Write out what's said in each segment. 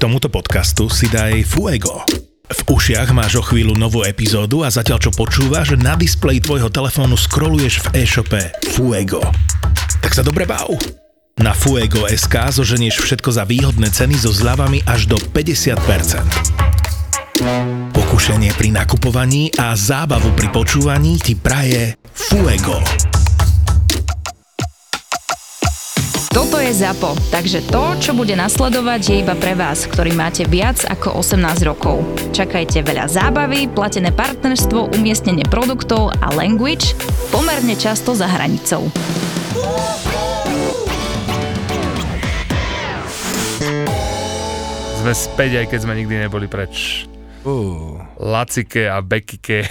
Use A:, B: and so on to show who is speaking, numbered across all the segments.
A: tomuto podcastu si daj Fuego. V ušiach máš o chvíľu novú epizódu a zatiaľ čo počúvaš, na displeji tvojho telefónu scrolluješ v e-shope Fuego. Tak sa dobre bav! Na Fuego.sk zoženieš všetko za výhodné ceny so zľavami až do 50%. Pokušenie pri nakupovaní a zábavu pri počúvaní ti praje Fuego.
B: Toto je ZAPO, takže to, čo bude nasledovať, je iba pre vás, ktorý máte viac ako 18 rokov. Čakajte veľa zábavy, platené partnerstvo, umiestnenie produktov a language pomerne často za hranicou.
C: Sme späť, aj keď sme nikdy neboli preč.
D: Uh,
C: Lacike a Bekike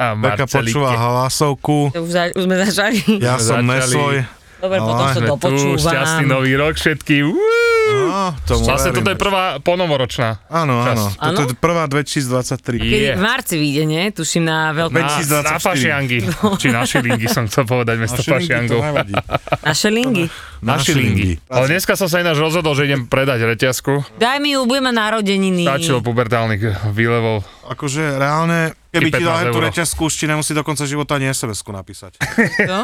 C: a
D: Beka počúva
C: Marcelike.
D: hlasovku,
E: Už, za, už sme začali.
D: ja
C: Sme
D: som
C: začali.
D: nesoj.
E: Dobre,
D: Ale
E: potom sa
C: Sme
E: to
C: tu, šťastný
E: počúvam.
C: nový rok všetkým. Uú.
D: No, tomu
C: Vlastne
D: verím.
C: toto je prvá ponovoročná.
D: Áno, áno.
C: časť.
D: Toto je prvá
C: Je.
D: 2023.
E: Kedy v marci vyjde, nie? Tuším na veľkú...
D: Medzi-
C: Na,
D: 2024.
C: na fašiangy. Či na šilingy som chcel povedať,
D: A
C: mesto
D: šilingy to
C: fašiangov.
D: nevadí.
E: Na šelingy.
C: Na šilingy. Ale dneska som sa ináč rozhodol, že idem predať reťazku.
E: Daj mi ju, budeme narodeniny.
C: Stačilo pubertálnych výlevov.
D: Akože reálne, keby
C: I
D: ti
C: 15
D: dali tú
C: euro.
D: reťazku, už ti nemusí do konca života ani sms napísať.
E: Čo?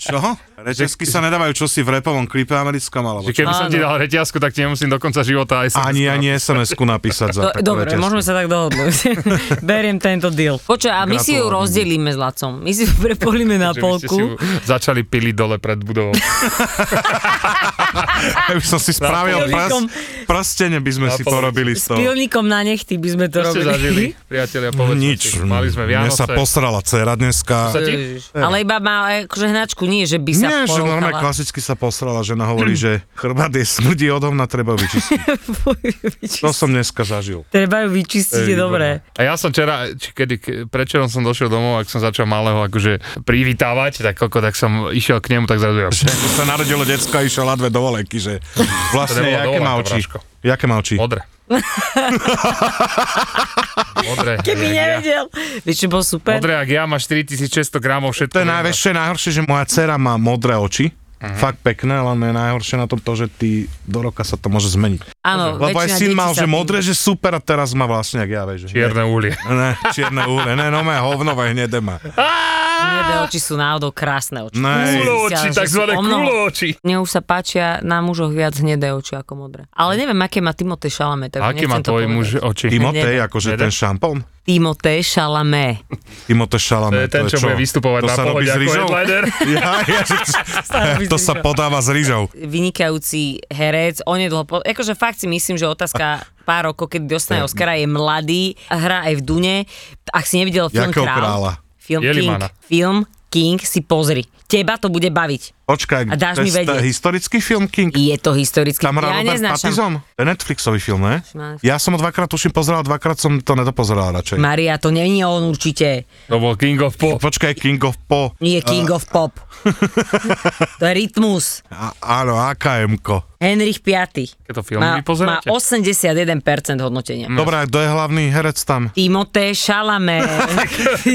D: Čo? Reťazky sa nedávajú čosi v repovom klipe americkom, alebo
C: Že
D: čo?
C: keby som ti dal reťazku, tak ti nemusím do konca života aj sa...
D: Ani, ani sms napísať za
E: Do,
D: takú
E: dobre,
D: reťazku.
E: môžeme sa tak dohodnúť. Beriem tento deal. Počkaj, a my si ju
D: Gratulujem.
E: rozdelíme s Lacom. My si ju prepolíme na
C: Že by ste si ju
E: polku.
C: začali piliť dole pred budovou.
D: Ja by som si spravil
E: Napolíkom.
D: prst, prstene by sme
C: Na
D: si
C: polovicu.
D: porobili
E: S
D: z toho.
E: pilníkom na nechty by sme to
C: Čo ste zažili,
E: robili.
C: priatelia, povedzme
D: Nič.
C: si. Mali sme
D: Mne
C: Vianoce.
D: sa posrala dcera dneska.
C: Čo sa ti-
E: Ježiš. Ale iba má akože hnačku, nie, že by sa
D: Nie, že normálne
E: porovnala.
D: klasicky sa posrala, žena hovorí, že chrbát je smrdí od hovna, treba ho vyčistiť. To som dneska zažil.
E: Treba ju vyčistiť, je
C: výborné.
E: dobré.
C: A ja som včera, či kedy, ke- prečerom som došiel domov, ak som začal malého akože privítavať, tak koľko, tak som išiel k nemu, tak zrazu ja,
D: Že sa narodilo decko a išiel ladve do voleky, že
C: To
D: vlastne,
C: nebolo
D: jaké
C: dovolenka,
D: má oči?
C: Braško.
D: Jaké má oči?
C: modré. modré.
E: Keby
C: jak ja.
E: nevedel. Vieš, čo bol super?
C: Modré, ak ja máš 4600 gramov všetko.
D: To je najväčšie, najhoršie, že moja dcera má modré oči.
C: Mhm.
D: Fakt pekné, len je najhoršie na tom to, že ty do roka sa to môže zmeniť.
E: Áno,
D: Lebo aj
E: väčšina
D: syn
E: detí
D: mal,
E: sa
D: že
E: tým-
D: modré, že super a teraz má vlastne, jak ja, vieš. že-
C: Čierne uhlie.
D: Ne, čierne úle, ne, no má hovnové hnedé má.
E: Hnedé oči sú náhodou krásne oči.
D: Ne,
C: Kulo oči,
E: že sú
C: takzvané
E: o mnoho-
C: kulo oči.
E: Mne už sa páčia na mužoch viac hnedé oči ako modré. Ale neviem, aké má Timotej Šalamé. Tak
C: Aký má tvoj muž oči?
D: Timotej, akože
C: Hnedé.
D: ten šampón.
E: Timotej Šalamé.
C: To
D: Timotej
C: je
D: Šalamé.
C: ten,
D: to je
C: čo bude vystupovať
D: to
C: na
D: sa robí
C: pohode
D: s
C: ako
D: rýžou?
C: headliner.
D: Ja, ja, že,
E: robí
D: to
E: s
D: sa
E: rýžou.
D: podáva s rýžou.
E: Vynikajúci herec, onedlho... Po... Akože fakt si myslím, že otázka pár rokov, keď dostane Oscara, je mladý, hrá aj v Dune. Ak si nevidel film
D: Jakého
E: Král,
D: kráľa?
E: Film King,
C: Jelimana.
E: film King si pozri. Teba to bude baviť.
D: Počkaj,
E: A dáš
D: to
E: mi
D: je sta-
E: vedieť.
D: historický film King.
E: Je to historický.
D: Tam
E: ja
D: hral Robert
E: neznášam.
D: Pattinson? To je Netflixový film, ne?
E: Máš.
D: Ja som ho dvakrát tuším pozeral, dvakrát som to nedopozeral radšej.
E: Maria, to není on určite.
C: To bol King of Pop.
D: Počkaj, King of Po.
E: Nie King of Pop. to je rytmus.
D: A, áno, AKM-ko.
E: Henrich V.
C: Keď to filmy
E: Má, má
C: pozeráte? No.
E: 81% hodnotenia.
D: Dobre, a kto je hlavný herec tam?
E: Timoté Šalamé.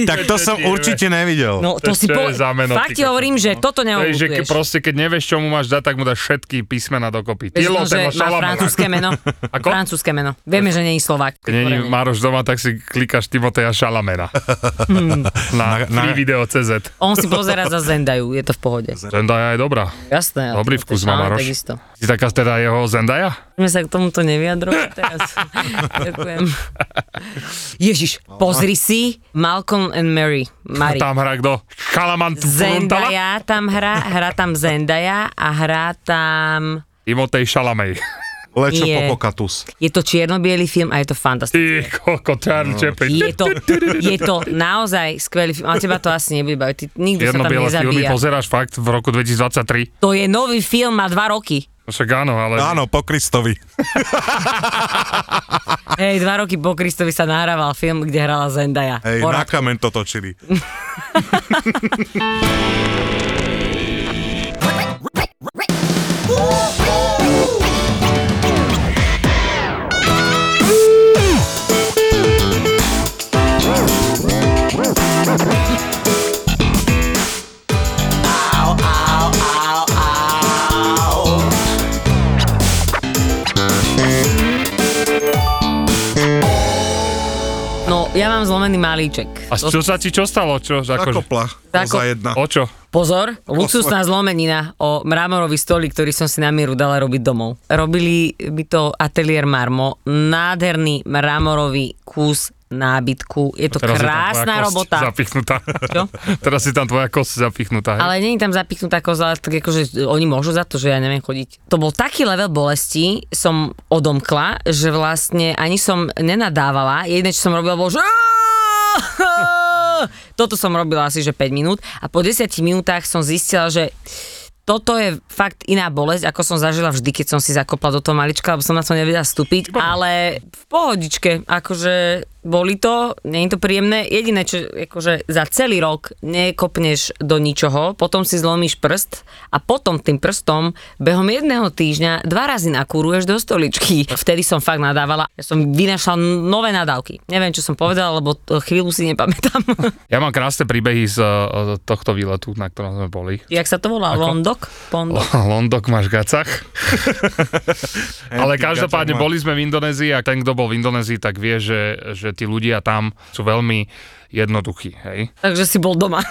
D: Tak to som
C: Čo ti
D: určite nevidel.
E: No
C: To
E: to si
C: čo
E: po...
C: je za meno,
E: Fakt
C: ty
E: ti
C: kokos,
E: hovorím,
C: no.
E: že toto
C: To je, že ke,
E: neobutuješ.
C: proste, keď nevieš, čo mu máš dať, tak mu dáš všetky písmena dokopy.
E: Vieš,
C: Tilo,
E: no, že
C: ten
E: má francúzske meno.
C: Ako?
E: Francúzske meno. Vieme, že není Slovák.
C: Keď není Maroš doma, tak si klikáš Timoteja Šalamena.
E: Hmm.
C: na,
D: Na- na-
C: na, video CZ.
E: On si pozera za Zendaju, je to v pohode.
C: Zendaya je dobrá.
E: Jasné. ale
C: Dobrý
E: Timothée
C: vkus má
E: Chalamet
C: Maroš.
E: Takisto.
C: Si taká teda jeho Zendaya?
E: Sme sa k tomuto nevyjadrovali teraz. Ďakujem. Ježiš, pozri si Malcolm and Mary. Mary.
C: Tam hrá kto? Chalaman Zendaya.
E: Zendaya tam hrá, hrá tam Zendaya a hrá tam...
C: Timotej Šalamej.
D: Lečo
E: Nie.
D: Popokatus.
E: Je to čierno film a je to fantastické.
C: Ty, koko, Charlie
D: No.
C: Chaplin.
E: Je to, je to naozaj skvelý film, ale teba to asi nebude baviť. Ty, nikto sa tam
C: Čierno-biele filmy
E: nezabíja.
C: pozeráš fakt v roku 2023. No
E: To je nový film, má dva roky.
C: Však áno, ale...
D: Áno, po Kristovi.
E: Hej, dva roky po Kristovi sa nahrával film, kde hrala Zendaya.
D: Hej, na
E: Porad.
D: kamen to točili.
C: Hm.
E: No, Ja mám zlomený malíček.
C: A
E: To-
C: čo sa ti čo stalo? Čo? že Ako,
D: Takopla.
E: Tako-
D: Tako... Za jedna.
C: o čo?
E: Pozor, luxusná zlomenina o mramorový stolík, ktorý som si na mieru dala robiť domov. Robili by to ateliér Marmo, nádherný mramorový kus nábytku. Je to
C: je tam tvoja kosť
E: krásna robota.
C: Zapichnutá.
E: Čo?
C: Teraz je tam tvoja kosť zapichnutá. hej?
E: Ale není tam zapichnutá koza, ale tak akože oni môžu za to, že ja neviem chodiť. To bol taký level bolesti, som odomkla, že vlastne ani som nenadávala. Jediné, čo som robila, bolo, že toto som robila asi, že 5 minút a po 10 minútach som zistila, že toto je fakt iná bolesť, ako som zažila vždy, keď som si zakopla do toho malička, lebo som na to nevedela vstúpiť, ale v pohodičke, akože boli to, nie je to príjemné, jediné, čo akože za celý rok nekopneš do ničoho, potom si zlomíš prst a potom tým prstom behom jedného týždňa dva razy nakúruješ do stoličky. Vtedy som fakt nadávala, ja som vynašla nové nadávky. Neviem, čo som povedala, lebo to chvíľu si nepamätám.
C: Ja mám krásne príbehy z uh, tohto výletu, na ktorom sme boli.
E: Jak sa to volá?
C: Ako?
E: Londok? Pondok?
C: Londok máš v gacach. Ale každopádne boli sme v Indonézii a ten, kto bol v Indonézii, tak vie, že, že tí ľudia tam sú veľmi jednoduchí, hej?
E: Takže si bol doma.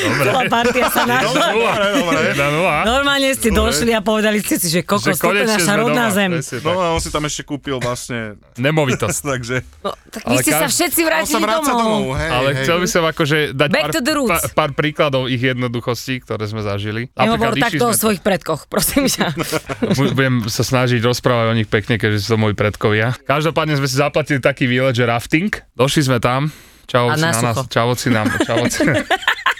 E: Celá partia sa našla.
C: Dobre, dobre. Jedna nula.
E: Normálne ste došli a povedali ste si, že
C: Teda, no Že
E: kokos, toto No, je
C: konečne
E: naša
C: sme
E: rodná
C: doma,
E: zem.
C: presne tak.
D: No a on si tam ešte kúpil vlastne,
C: Nemovitosť.
D: takže...
E: No, tak vy
C: Ale
E: ste sa
C: každý-
E: všetci
D: On sa
E: vrátili
D: vráca
E: domov.
D: domov, hej,
C: Ale
D: hej.
C: chcel by som akože dať
E: Back
C: pár,
E: to the roots.
C: pár, pár príkladov ich jednoduchostí, ktoré sme zažili.
E: Nehovor
C: Napríklad išli
E: takto o
C: sme-
E: svojich predkoch, prosím ťa.
C: Bu- Budem sa snažiť rozprávať o nich pekne, keďže sú to moji predkovia. Každopádne sme si zaplatili taký výlet, že rafting. Došli sme tam.
E: A
C: Čavoci na,
E: na
C: nás.
E: sucho.
C: Čavoci nám. Čavoci.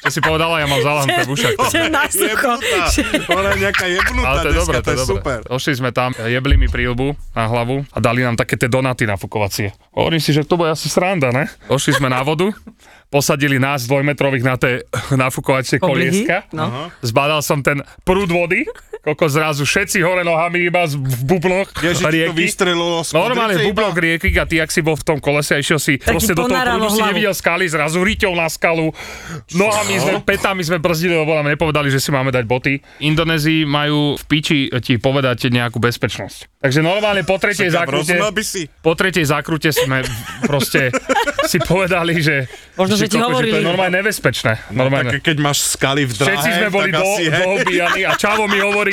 C: Čo si povedala, ja mám zalahnuté v ušach.
E: Že na sucho.
D: Jebnutá. Ona je nejaká jebnutá
C: Ale to je
D: deska,
C: dobré, to je dobré.
D: super.
C: Došli sme tam, jebli mi príľbu na hlavu a dali nám také tie donaty nafukovacie. Hovorím si, že to bude asi sranda, ne? Došli sme na vodu, posadili nás dvojmetrových na tie nafukovacie
E: Oblihy?
C: kolieska.
E: No.
C: Zbadal som ten prúd vody, koľko zrazu všetci hore nohami iba z- v bubloch
D: Ježiš, to
C: rieky.
D: vystrelilo z
C: No, Normálne
D: kudrice
C: bublok
D: iba.
C: rieky a ty, ak si bol v tom kolese a išiel si
E: Tak ti
C: proste do toho
E: ponáralo
C: prúdu, si
E: hlavu.
C: nevidel skaly, zrazu ryťou na skalu, nohami sme, petami sme brzdili, lebo nám nepovedali, že si máme dať boty. Indonézii majú v piči ti povedať nejakú bezpečnosť. Takže normálne po tretej
D: Ja
C: zákrute,
D: rozumel by si.
C: po tretej zákrute sme proste si povedali, že,
E: Možno, že ti
C: kokos, to je
E: hovorili.
C: normálne nebezpečné. Normálne.
D: Tak keď máš skaly v dráhe,
C: Všetci sme boli
D: tak
C: do,
D: asi, hej.
C: doobíjani a Čavo mi hovorí,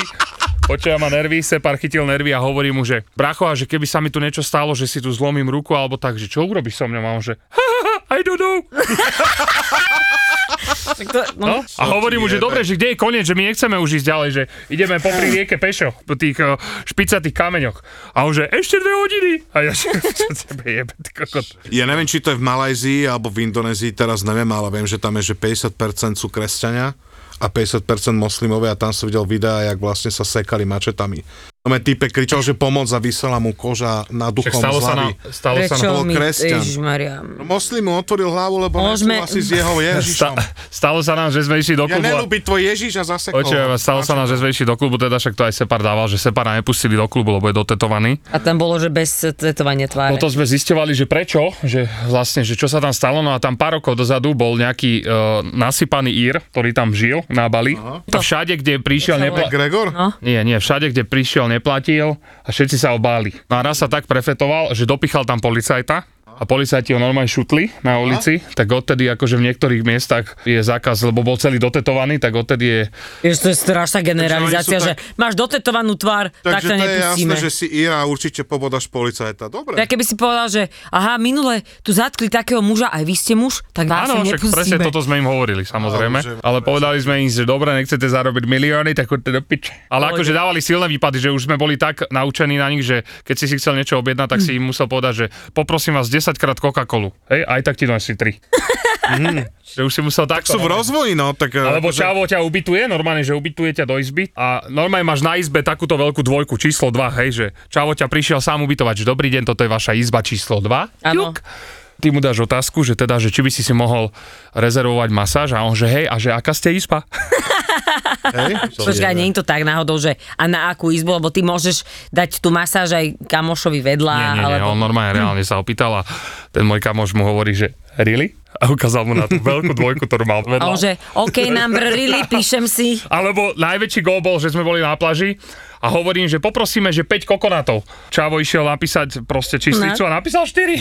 C: počúva ma nervy, Separ chytil nervy a hovorí mu, že bracho, a že keby sa mi tu niečo stalo, že si tu zlomím ruku alebo tak, že čo urobíš so mňou? A on že, "Ha, ha, ha, I don't know.
E: Tak to- no.
C: No? A hovorí mu, že
D: jebe?
C: dobre, že kde je koniec, že my nechceme už ísť ďalej, že ideme popri rieke pešo, po tých eh, špicatých kameňoch. A on že, ešte dve hodiny. A ja že, čo tebe jebe, ty kokot.
D: Ja neviem, či to je v Malajzii alebo v Indonézii, teraz neviem, ale viem, že tam je, že 50% sú kresťania a 50% moslimové a tam som videl videá, jak vlastne sa sekali mačetami. Tam je týpek kričal, že pomoc a vysela mu koža na
C: Tak
D: duchom
C: stalo
D: z
C: sa nám,
D: hlavy.
C: stalo sa nám.
E: Prečo
D: bol
E: mi,
D: kresťan.
E: Ježišmaria.
D: Moslim mu otvoril hlavu, lebo
E: Môžeme-
D: Môžeme... asi s jeho Ježišom.
C: Sta- Stalo sa nám, že sme išli do
D: Ja
C: klubu. a-
D: nelúbiť tvoj Ježiš a zasekol.
C: Oče, stalo sa nám, že sme išli do klubu, teda však to aj Separ dával, že Separa nepustili do klubu, lebo je dotetovaný.
E: A tam bolo, že bez tetovania tváre.
C: Potom No sme zistovali, že prečo, že vlastne, že čo sa tam stalo, no a tam pár rokov dozadu bol nejaký uh, nasypaný Ír, ktorý tam žil na Bali. A všade, kde prišiel, nepla-
D: Gregor?
E: No.
C: nie, nie, všade, kde prišiel, neplatil a všetci sa obáli. No a raz sa tak prefetoval, že dopichal tam policajta a policajti ho normálne šutli na ulici, tak odtedy akože v niektorých miestach je zákaz, lebo bol celý dotetovaný, tak odtedy je
E: Ježiš, to je strašná generalizácia,
D: Takže
E: že
D: oni sú
E: máš dotetovanú tvár, tak
D: Takže to
E: ťa
D: je jasné,
E: nepustíme.
D: že si Ira určite pobodaš policajta. Dobre.
E: Ja keby si povedal, že aha, minule tu zatkli takého muža, aj vy ste muž, tak vás
C: Áno, však presne
E: nepustíme.
C: toto sme im hovorili, samozrejme.
D: Áno, že-
C: ale povedali sme im, že dobre, nechcete zarobiť milióny, tak chodte do piče. Ale akože dávali silné výpady, že už sme boli tak naučení na nich, že keď si si chcel niečo objednať, tak si im musel povedať, že poprosím vás 10 krát Coca-Colu. Hej, aj tak ti nosí 3. Že už si musel takto.
D: Sú v rozvoji, no, tak... eh,
C: Alebo
D: akože-
C: čavo ťa ubytuje, normálne, že ubytuje ťa do izby a normálne máš na izbe takúto veľkú dvojku, číslo 2, hej, že čavo ťa prišiel sám ubytovať, že dobrý deň, toto je vaša izba číslo 2.
E: Áno.
C: Ty mu dáš otázku, že teda, že či by si si mohol rezervovať masáž a on, že hej, a že aká ste izba?
D: Hej?
E: Počkaj, nie je to tak náhodou, že a na akú izbu, lebo ty môžeš dať tú masáž aj kamošovi vedľa,
C: nie, nie, nie,
E: alebo...
C: on normálne reálne sa opýtal a ten môj kamoš mu hovorí, že really? A ukázal mu na tú veľkú dvojku, ktorú mal vedľa.
E: A on že, OK, number really, píšem si.
C: Alebo najväčší gól bol, že sme boli na plaži a hovorím, že poprosíme, že 5 kokonátov. Čavo išiel napísať proste
E: No.
C: číslicu a napísal 4.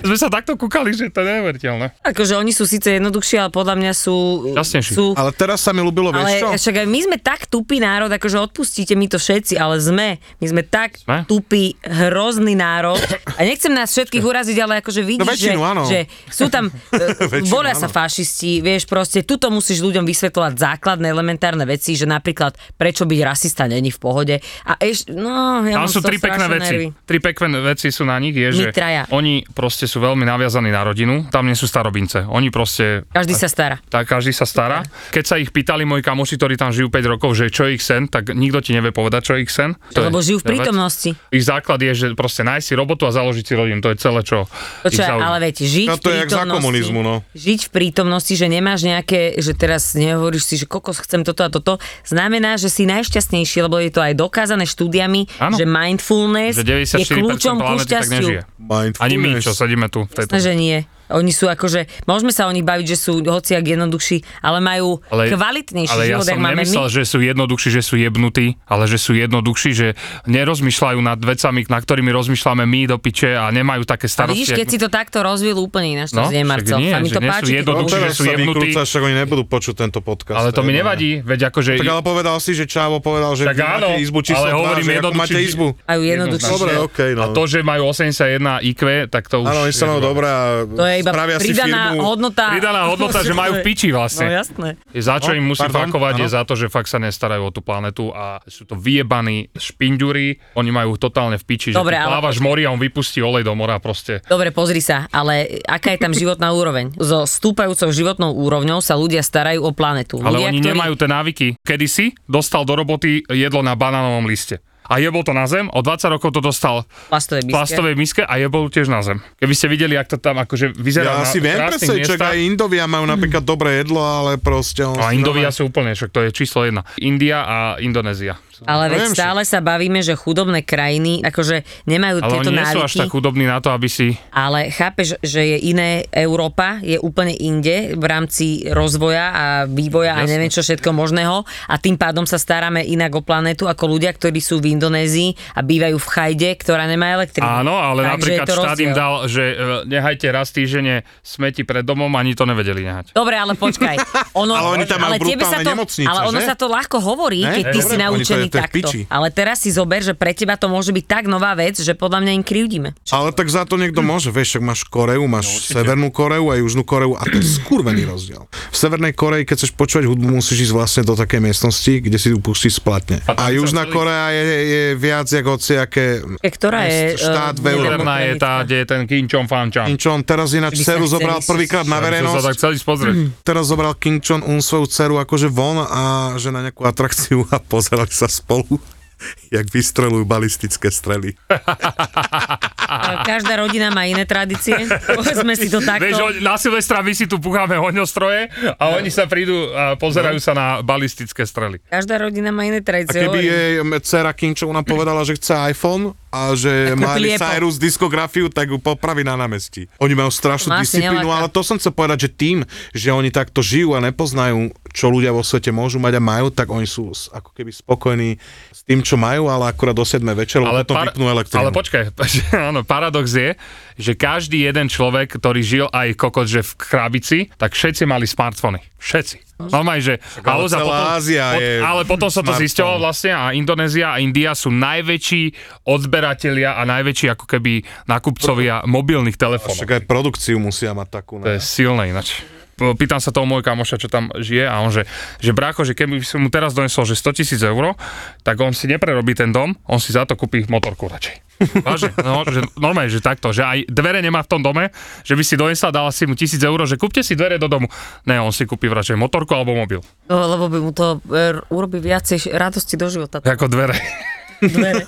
C: Sme sa takto kúkali, že to je neuveriteľné.
E: Akože oni sú síce jednoduchší, ale podľa mňa sú...
C: Šťastnejší.
E: Sú,
D: Ale teraz sa mi ľúbilo, vieš čo?
E: ale však aj my sme tak tupý národ, akože odpustíte mi to všetci, ale sme. My sme tak
C: Sme?
E: tupý, hrozný národ. A nechcem nás všetkých uraziť, ale akože vidíš,
C: No
D: väčšinu,
E: že,
D: áno.
E: že sú tam, e,
D: Väčšinu,
E: volia sa
D: áno.
E: fašisti, vieš, proste, tuto musíš ľuďom vysvetľovať základné elementárne veci, že napríklad prečo byť rasista není v pohode. A ešte, no, ja
C: Tam
E: mám
C: sú
E: z toho
C: tri pekné
E: strašné
C: veci.
E: nervy.
C: Tri pekné veci sú na nich, je,
E: My
C: že
E: traja.
C: oni proste sú veľmi naviazaní na rodinu, tam nie sú starobince. Oni proste...
E: Každý sa stará.
C: Tak každý sa stará. Keď sa ich pýtali moji kamoši, ktorí tam žijú 5 rokov, že čo je ich sen, tak nikto ti nevie povedať, čo je ich sen. To je-
E: Lebo žijú
C: to je
E: v
C: vec.
E: prítomnosti.
C: Ich základ je, že proste nájsť si robotu a založiť si rodinu. To je celé, čo ich
E: Počkaj,
C: zaujíma.
E: ale veď, žiť
D: No to
E: v
D: je jak za
E: prítomnosti-
D: komunizmu, no.
E: Žiť v prítomnosti, že nemáš nejaké, že teraz nehovoríš si, že kokos chcem toto a toto, znamená, že si najšťastnejší, lebo je to aj dokázané štúdiami,
C: Áno.
E: že mindfulness
C: Že
E: je
C: 94%
E: kľúčom ku
C: planety tak
E: šťastiu.
C: nežije.
D: Mindfulness.
C: Ani my, čo sedíme tu v
E: Jasné,
C: tejto...
E: že nie. Oni sú akože, môžeme sa o nich baviť, že sú hociak jednoduchší, ale majú ale, kvalitnejší
C: ale ja
E: život,
C: som
E: ak máme
C: nemyslel,
E: my.
C: že sú jednoduchší, že sú jebnutí, ale že sú jednoduchší, že nerozmýšľajú nad vecami, na ktorými rozmýšľame my do piče a nemajú také
E: A
C: starosti.
E: vidíš, keď si to takto rozvil úplne ináč, to
C: No,
E: znie,
C: však
E: Marcel.
C: nie,
E: Sa mi
C: že nie
E: to
C: sú
E: páči, keď
C: jednoduchí,
E: to
D: No
C: že
D: teraz
C: sú
D: sa
C: jemnutí.
D: vykrúcaš, však oni nebudú počuť tento podcast.
C: ale to mi
D: je jedno.
C: nevadí, veď akože...
D: No Tak ale povedal si, že Čavo povedal, že
C: Tak
D: vy
C: áno,
D: máte izbu číslo
C: ale
D: 2,
C: hovorím
D: že ako
C: jednoduchý-
D: máte izbu.
E: Majú jednoduchší.
D: Dobre,
E: život.
D: okej,
C: A
D: no.
C: to, že majú 81 IQ, tak to už...
D: Áno, oni sa no- majú dobré a
E: To je iba
D: spravia si
E: pridaná
D: firmu.
E: hodnota.
C: Pridaná hodnota, že majú v piči
E: No
C: vlastne.
E: jasné.
C: Za čo
D: No,
C: im musím
D: pardon,
C: fakovať je
D: áno.
C: za to, že fakt sa nestarajú o tú planetu a sú to vyjebaní špinduri, oni majú totálne v piči,
E: Dobre,
C: že ty
E: ale-
C: plávaš mori a on vypustí olej do mora proste.
E: Dobre, pozri sa, ale aká je tam životná úroveň? So stúpajúcou životnou úrovňou sa ľudia starajú o planetu.
C: Ale
E: ľudia,
C: oni nemajú tie návyky. Kedysi dostal do roboty jedlo na banánovom liste. A jebol to na zem, o 20 rokov to dostal v
E: plastové miske.
C: plastovej miske a jebol tiež na zem. Keby ste videli, ak to tam akože vyzerá
D: Ja
C: na
D: si viem
C: krásnych
D: presne,
C: miestach.
D: čak
C: No
D: aj Indovia majú napríklad dobré jedlo, ale proste... on
C: A
D: si
C: Indovia
D: normálne-
C: sú úplne, však to je číslo jedna. India a Indonézia.
E: Ale veď
D: Viem, že-
E: stále sa bavíme, že chudobné krajiny akože nemajú
C: Ale
E: tieto
C: oni nie sú
E: návyky.
C: až tak chudobní na to, aby si...
E: Ale chápeš, že je iné Európa, je úplne inde v rámci rozvoja a vývoja a
C: Jasné.
E: neviem čo všetko možného a tým pádom sa staráme inak o planetu ako ľudia, ktorí sú v Indonézii a bývajú v chajde, ktorá nemá elektrinu.
C: Áno, ale
E: Takže
C: napríklad
E: je to
C: štát im
E: rozdiel.
C: dal, že e, nehajte raz týždenne smeti pred domom, ani to nevedeli nehať.
E: Dobre, ale počkaj. Ono,
D: Ale oni tam majú brutálne
E: to,
D: nemocnice,
E: Ale ono
D: že?
E: sa to ľahko hovorí,
D: Ne?
E: keď
D: Ne,
E: ty si
D: dobre,
E: naučený
D: oni to je- to je v
E: takto.
D: piči.
E: Ale teraz si zober, že pre teba to môže byť tak nová vec, že podľa mňa im krivdíme.
D: Ale tak za to niekto môže, vieš, však máš Koreu,
C: No,
D: máš Severnú Koreu a Južnú Koreu a to je skurvený rozdiel. V Severnej Koreji, keď chceš počúvať hudbu, musíš ísť vlastne do takej miestnosti, kde si ju pustíš splatne.
C: A tam sa
D: A Južná
C: celý-
D: Korea je, je viac ako hociaké...
E: Ktorá je...
D: Štát
E: eh,
D: v Európe.
E: nedemokratická?
C: Moderná je tá, kde je ten Kim Chong Fan Chang.
D: Kim Jong, teraz ináč
E: Že by sa
D: dceru
E: chceli
D: zobral
E: si-
D: prvýkrát na
C: Som sa tak
D: verejnosť,
C: chceli pozrieť.
E: Mm.
D: teraz zobral Kim Jong Un svoju dceru akože von a že na nejakú atrakciu a pozerali sa spolu, jak vystrelujú balistické strely.
E: A Každá rodina má iné tradície. Povedzme si to No. takto.
C: Vieš, oni- na Silvestra my si tu pucháme hoňostroje a oni sa prídu a pozerajú sa na balistické strely.
E: Každá rodina má iné
D: A
E: tradície.
D: keby
E: hovorím.
D: jej dcera Kim Jong-una povedala, že chce iPhone a že
E: Tak kúpi
D: Miley
E: liepo.
D: Cyrus diskografiu, tak ju popraví na námestí. Oni majú strašnú
E: Ma No, asi
D: disciplínu,
E: nelaká.
D: ale to som chcel povedať, že tým, že oni takto žijú a nepoznajú, čo ľudia vo svete môžu mať a majú, tak oni sú s- ako keby spokojní s tým, čo majú, ale akurát do 7 večer, ale potom vypnú elektrínu.
C: ale počkaj, áno, paradox je, že každý jeden človek, ktorý žil aj kokot, že v krabici, tak všetci mali smartfóny. Všetci. Normálne, že... a
D: ale
C: ozaj
D: celá Ázia je
C: ale potom sa to
D: smartfón.
C: zistilo vlastne a Indonézia a India sú najväčší odberatelia a najväčší ako keby nakupcovia mobilných telefónov.
D: Však aj produkciu musia mať takú.
C: To
D: Ne?
C: je silné ináč. Pýtam sa toho môj kamoša, čo tam žije a on že, že brácho, že keby som mu teraz donesol, že 100 tisíc eur, tak on si neprerobí ten dom, on si za to kúpi motorku radšej. Vážne, no, že normálne, že takto, že aj dvere nemá v tom dome, že by si donesla, dala si mu tisíc eur, že kúpte si dvere do domu. Ne, on si kúpi radšej motorku alebo mobil.
E: No, Lebo by mu to eh, urobí viacej š- radosti do života.
C: Ako dvere.
E: Dvere.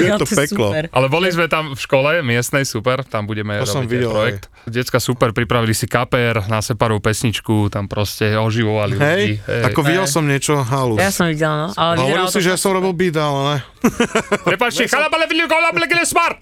D: Je
E: Ja,
D: to
E: No, je
D: peklo.
E: super.
C: Ale boli sme tam v škole miestnej, super, tam budeme robiť
D: To som
C: aj
D: videl,
C: projekt. Decka super, pripravili si kaper na separovú pesničku, tam proste oživovali ľudí.
D: Hej, ako videl som niečo halus.
E: Ja som videla, no. Ale
D: Hovoril
E: vyzeralo
D: si,
E: to-
D: že ja som robil beat, ale ne.
C: Prepačte, chalapa, ale videl kola, blekne smart!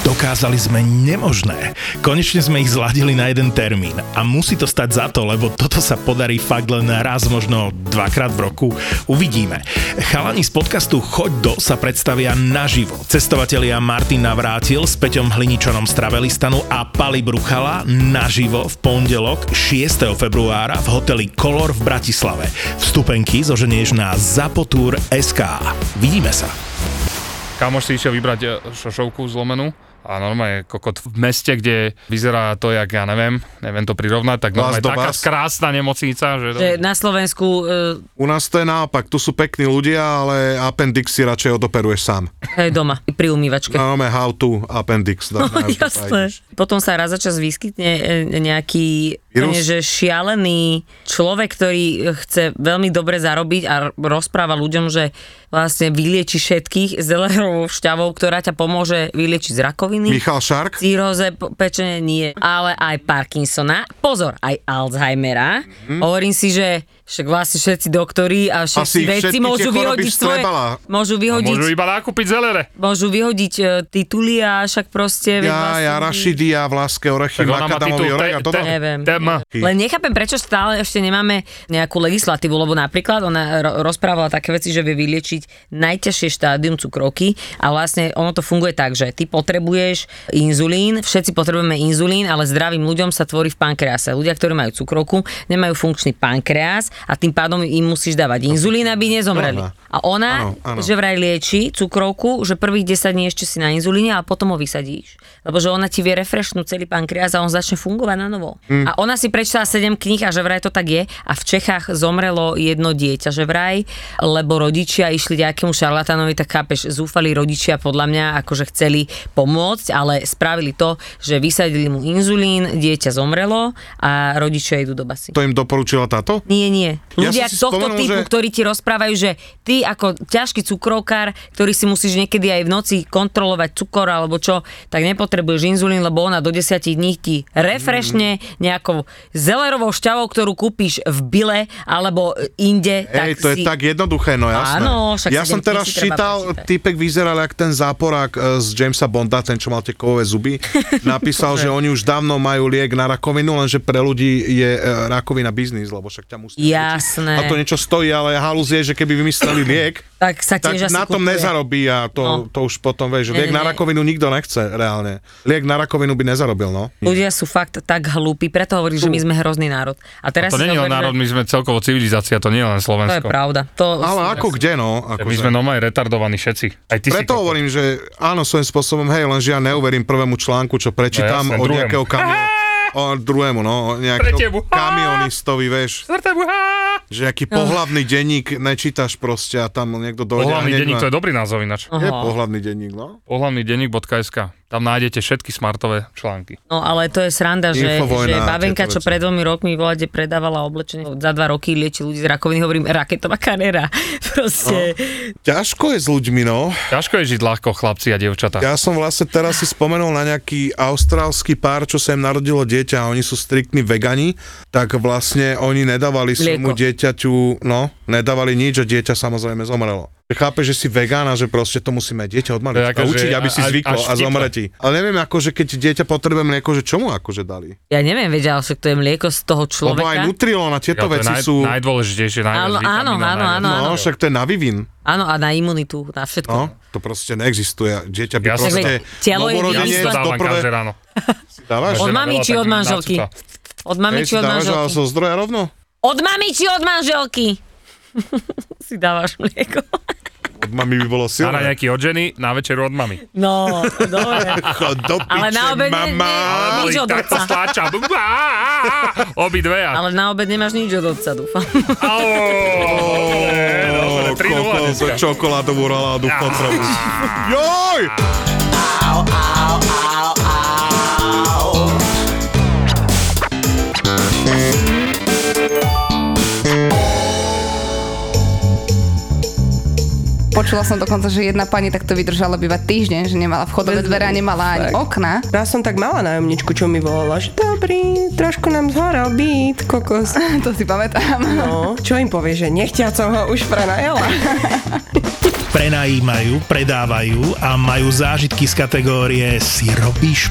A: Dokázali sme nemožné. Konečne sme ich zladili na jeden termín. A musí to stať za to, lebo toto sa podarí fakt len raz, možno dvakrát v roku. Uvidíme. Chalani z podcastu Choď do sa predstavia naživo. Cestovatelia Martin Navrátil s Peťom Hliničanom z Travelistanu a Pali Bruchala naživo v pondelok 6. februára v hoteli Color v Bratislave. Vstupenky zoženieš na zapotur.sk. Vidíme sa.
C: Kamoš si išiel vybrať e, šošovku zlomenú a normálne kokot v meste, kde vyzerá to, jak ja neviem, neviem to prirovnať, tak
D: Vás
C: normálne
D: do
C: taká
D: vás.
C: krásna nemocnica, že...
E: že na Slovensku e,
D: U nás to je naopak, tu sú pekní ľudia, ale appendix si radšej odoperuješ sám.
E: je doma, pri umývačke.
D: Na nome how to appendix. dá-
E: No,
D: na-
E: jasné. Potom sa raz za čas vyskytne e, nejaký
D: Vírus?
E: úplne, že šialený človek, ktorý chce veľmi dobre zarobiť a r- rozpráva ľuďom, že vlastne vylieči všetkých zelenou šťavou, ktorá ťa pomôže vyliečiť z rakoviny.
D: Michal Šark?
E: Círoze pečenie nie, ale aj Parkinsona. Pozor, aj Alzheimera. Hovorím si, že však vlastne všetci doktori a
D: Mhm. Asi
E: všetci vedci
D: všetky
E: môžu
D: tie choroby
E: vyhodiť svoje...
D: vstrebala.
E: Môžu vyhodiť,
C: no, Môžu iba nakúpiť zelere.
E: môžu vyhodiť e, tituly a však proste... veď
D: Ja,
E: vlastne-
D: ja, Rašidia, Vlaské orechy,
C: Tak ona má
D: makadamový
C: titul
D: orech a
C: te-
D: toto.
C: te-
E: Neviem.
C: Téma.
E: Len nechápem, prečo stále ešte nemáme nejakú legislatívu, lebo napríklad ona ro- rozprávala také veci, že vie vyliečiť najťažšie štádium cukrovky a vlastne ono to funguje tak, že ty potrebuješ inzulín, všetci potrebujeme inzulín, ale zdravým ľuďom sa tvorí v pankrease. Ľudia, ktorí majú cukrovku, nemajú funkčný pankreas a tým pádom im musíš dávať inzulín, aby nezomreli.
D: Áno.
E: A ona,
D: No, Áno, áno.
E: že vraj lieči cukrovku, že prvých 10 dní ešte si na inzulíne a potom ho vysadíš. Lebo že ona ti vie refreshnúť celý pankreas a on začne fungovať na novo. Mm. A ona si prečítala 7 kníh a že vraj to tak je. A v Čechách zomrelo jedno dieťa, že vraj, lebo rodičia išli nejakému šarlatánovi, tak chápeš, zúfali rodičia podľa mňa, akože chceli pomôcť, ale spravili to, že vysadili mu inzulín, dieťa zomrelo a rodičia idú do basy.
D: To im doporučila táto?
E: Nie, nie.
D: Ja
E: Ľudia
D: som si
E: tohto
D: spomenul,
E: typu,
D: že-
E: ktorí ti rozprávajú, že ty ako ťažký cukrovkár, ktorý si musíš niekedy aj v noci kontrolovať cukor alebo čo, tak nepotrebuješ inzulín, lebo ona do 10 dní ti refreshne
D: Mm.
E: nejakou zelerovou šťavou, ktorú kúpiš v bile alebo inde.
D: Ej, to je
E: si...
D: tak jednoduché, no jasné.
E: Áno, však
D: ja
E: sedem
D: som
E: kníh
D: teraz
E: si treba
D: čítal,
E: prečítať.
D: typek vyzeral jak ten záporák e, z Jamesa Bonda, ten, čo mal tie kovové zuby. Napísal, že oni už dávno majú liek na rakovinu, lenže pre ľudí je e, rakovina biznis, lebo však ťa musí...
E: Jasné.
D: A to niečo stojí, ale halus je, že keby vymysleli liek,
E: tak sa
D: tak
E: tiež asi
D: na tom
E: kupuje.
D: nezarobí a to,
E: No.
D: to už potom, vieš,
E: Ne,
D: liek
E: ne,
D: na
E: ne.
D: rakovinu nikto nechce, reálne. Liek na rakovinu by nezarobil, no.
E: Ľudia sú fakt tak hlúpi, preto hovorí, že my sme hrozný národ. A teraz
C: To
E: si
C: nie je len
E: zober, že-
C: národ, my sme celkovo civilizácia, to nie je len
E: To je
C: Slovensko.
E: pravda. To
D: Ale ako kde, no? Ako
C: My sme normálne retardovaní všetci. Aj ty si
D: Preto
C: kokot.
D: hovorím, že áno, svojím spôsobom, hej, lenže ja neuverím prvému článku, čo prečítam
C: No jasné,
D: od
C: druhému.
D: nejakého kamionu. O druhému, no, o
C: Tretiemu.
D: nejakého kamionistovi, vieš,
C: Štvrtému, á!
D: že nejaký
E: No.
D: pohlavný denník nečítaš proste a tam niekto dojde.
C: Pohlavný denník, to je dobrý názov ináč.
E: No.
D: Je pohlavný denník, no.
C: Pohlavný denník.sk. Tam nájdete všetky smartové články.
E: No ale to je sranda, že,
D: Infovojna
E: že
D: a
E: babenka,
D: tieto
E: čo
D: veci.
E: pred dvomi rokmi v volade predávala oblečenie, za dva roky lieči ľudí z rakoviny, hovorím, raketová kariéra. Proste,
D: No. Ťažko je s ľuďmi, no.
C: Ťažko je žiť ľahko, chlapci a dievčatá.
D: Ja som vlastne teraz si spomenul na nejaký austrálsky pár, čo sa im narodilo dieťa a oni sú striktní vegani, tak vlastne oni nedávali svojmu
E: Mlieko.
D: dieťaťu, no, nedávali nič a dieťa samozrejme zomrelo. Chápe, že si vegán a že proste to musíme dieťa od malička
C: akože
D: učiť, aby si
C: a-
D: zvyklo
C: až
D: a
C: vtipné.
D: zomre ti. Ale neviem, akože keď dieťa potrebuje mlieko, že čomu akože dali?
E: ja neviem, vedia, ale však to je mlieko z toho
D: Lebo aj
E: človeka.
D: Nutrilon a
C: to
D: tieto
C: je
D: veci
C: naj,
D: sú...
C: najdôležitejšie, najviac
E: Áno, áno,
C: vitamínov,
E: áno,
C: najviac-
E: áno.
D: No, však to je na vyvin.
E: Áno, a na imunitu, na všetko.
D: No, to proste neexistuje. Dieťa by
C: Ja som-
D: proste...
E: Tak veď telo
C: Ja
E: je
C: si
D: novorodenec
C: to
D: do
E: výsledok.
C: dávam
D: prvé...
C: každé ráno.
D: Dávaš?
E: Od
C: Žena
E: mami
C: veľa
E: či
C: tak
E: od manželky?
C: nacuca.
E: Od mami
D: Hej, si
E: či od
D: dávaš, ale
E: manželky?
D: zo zdroja rovno?
E: Od mami či od manželky? si dávaš mlieko.
D: Od mami by bolo
C: Na
D: silné.
C: nejaký od ženy, na večeru od mami.
E: No, dobre.
D: Chod do
E: Ale
D: piče,
E: na obed nie-
D: mama.
E: nie- Nič od
C: tak to
E: otca.
C: stláča. Obi dve.
E: Ale na obed nemáš nič od otca, dúfam.
C: No,
D: Ó, kokos, čokoládovú roládu potrebu. Joj!
F: Počula som dokonca, že jedna pani takto vydržala býva týždeň, že nemala vchodové dvere a nemala ani
G: Tak.
F: okna.
G: Raz som tak mala nájomničku, čo mi volala, že dobrý, trošku nám zhoral byt, kokos.
F: To si pamätám.
G: No, čo im povie, že nechťa som ho už prenajela.
A: Prenajímajú, predávajú a majú zážitky z kategórie si robíš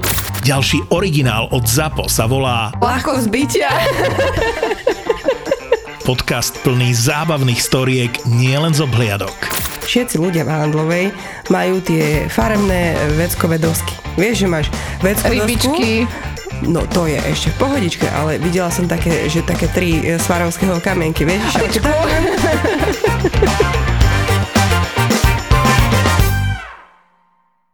A: Ďalší originál od ZAPO sa volá
F: Ľahko zbytia.
A: podcast plný zábavných storiek nielen z obhliadok.
G: Všetci ľudia v Handlovej majú tie farebné veckové dosky. Vieš, že máš veckú dosku?
F: Rybičky.
G: No to je ešte v pohodičke, ale videla som také, že také tri e, svarovského kamienky, vieš? šačka.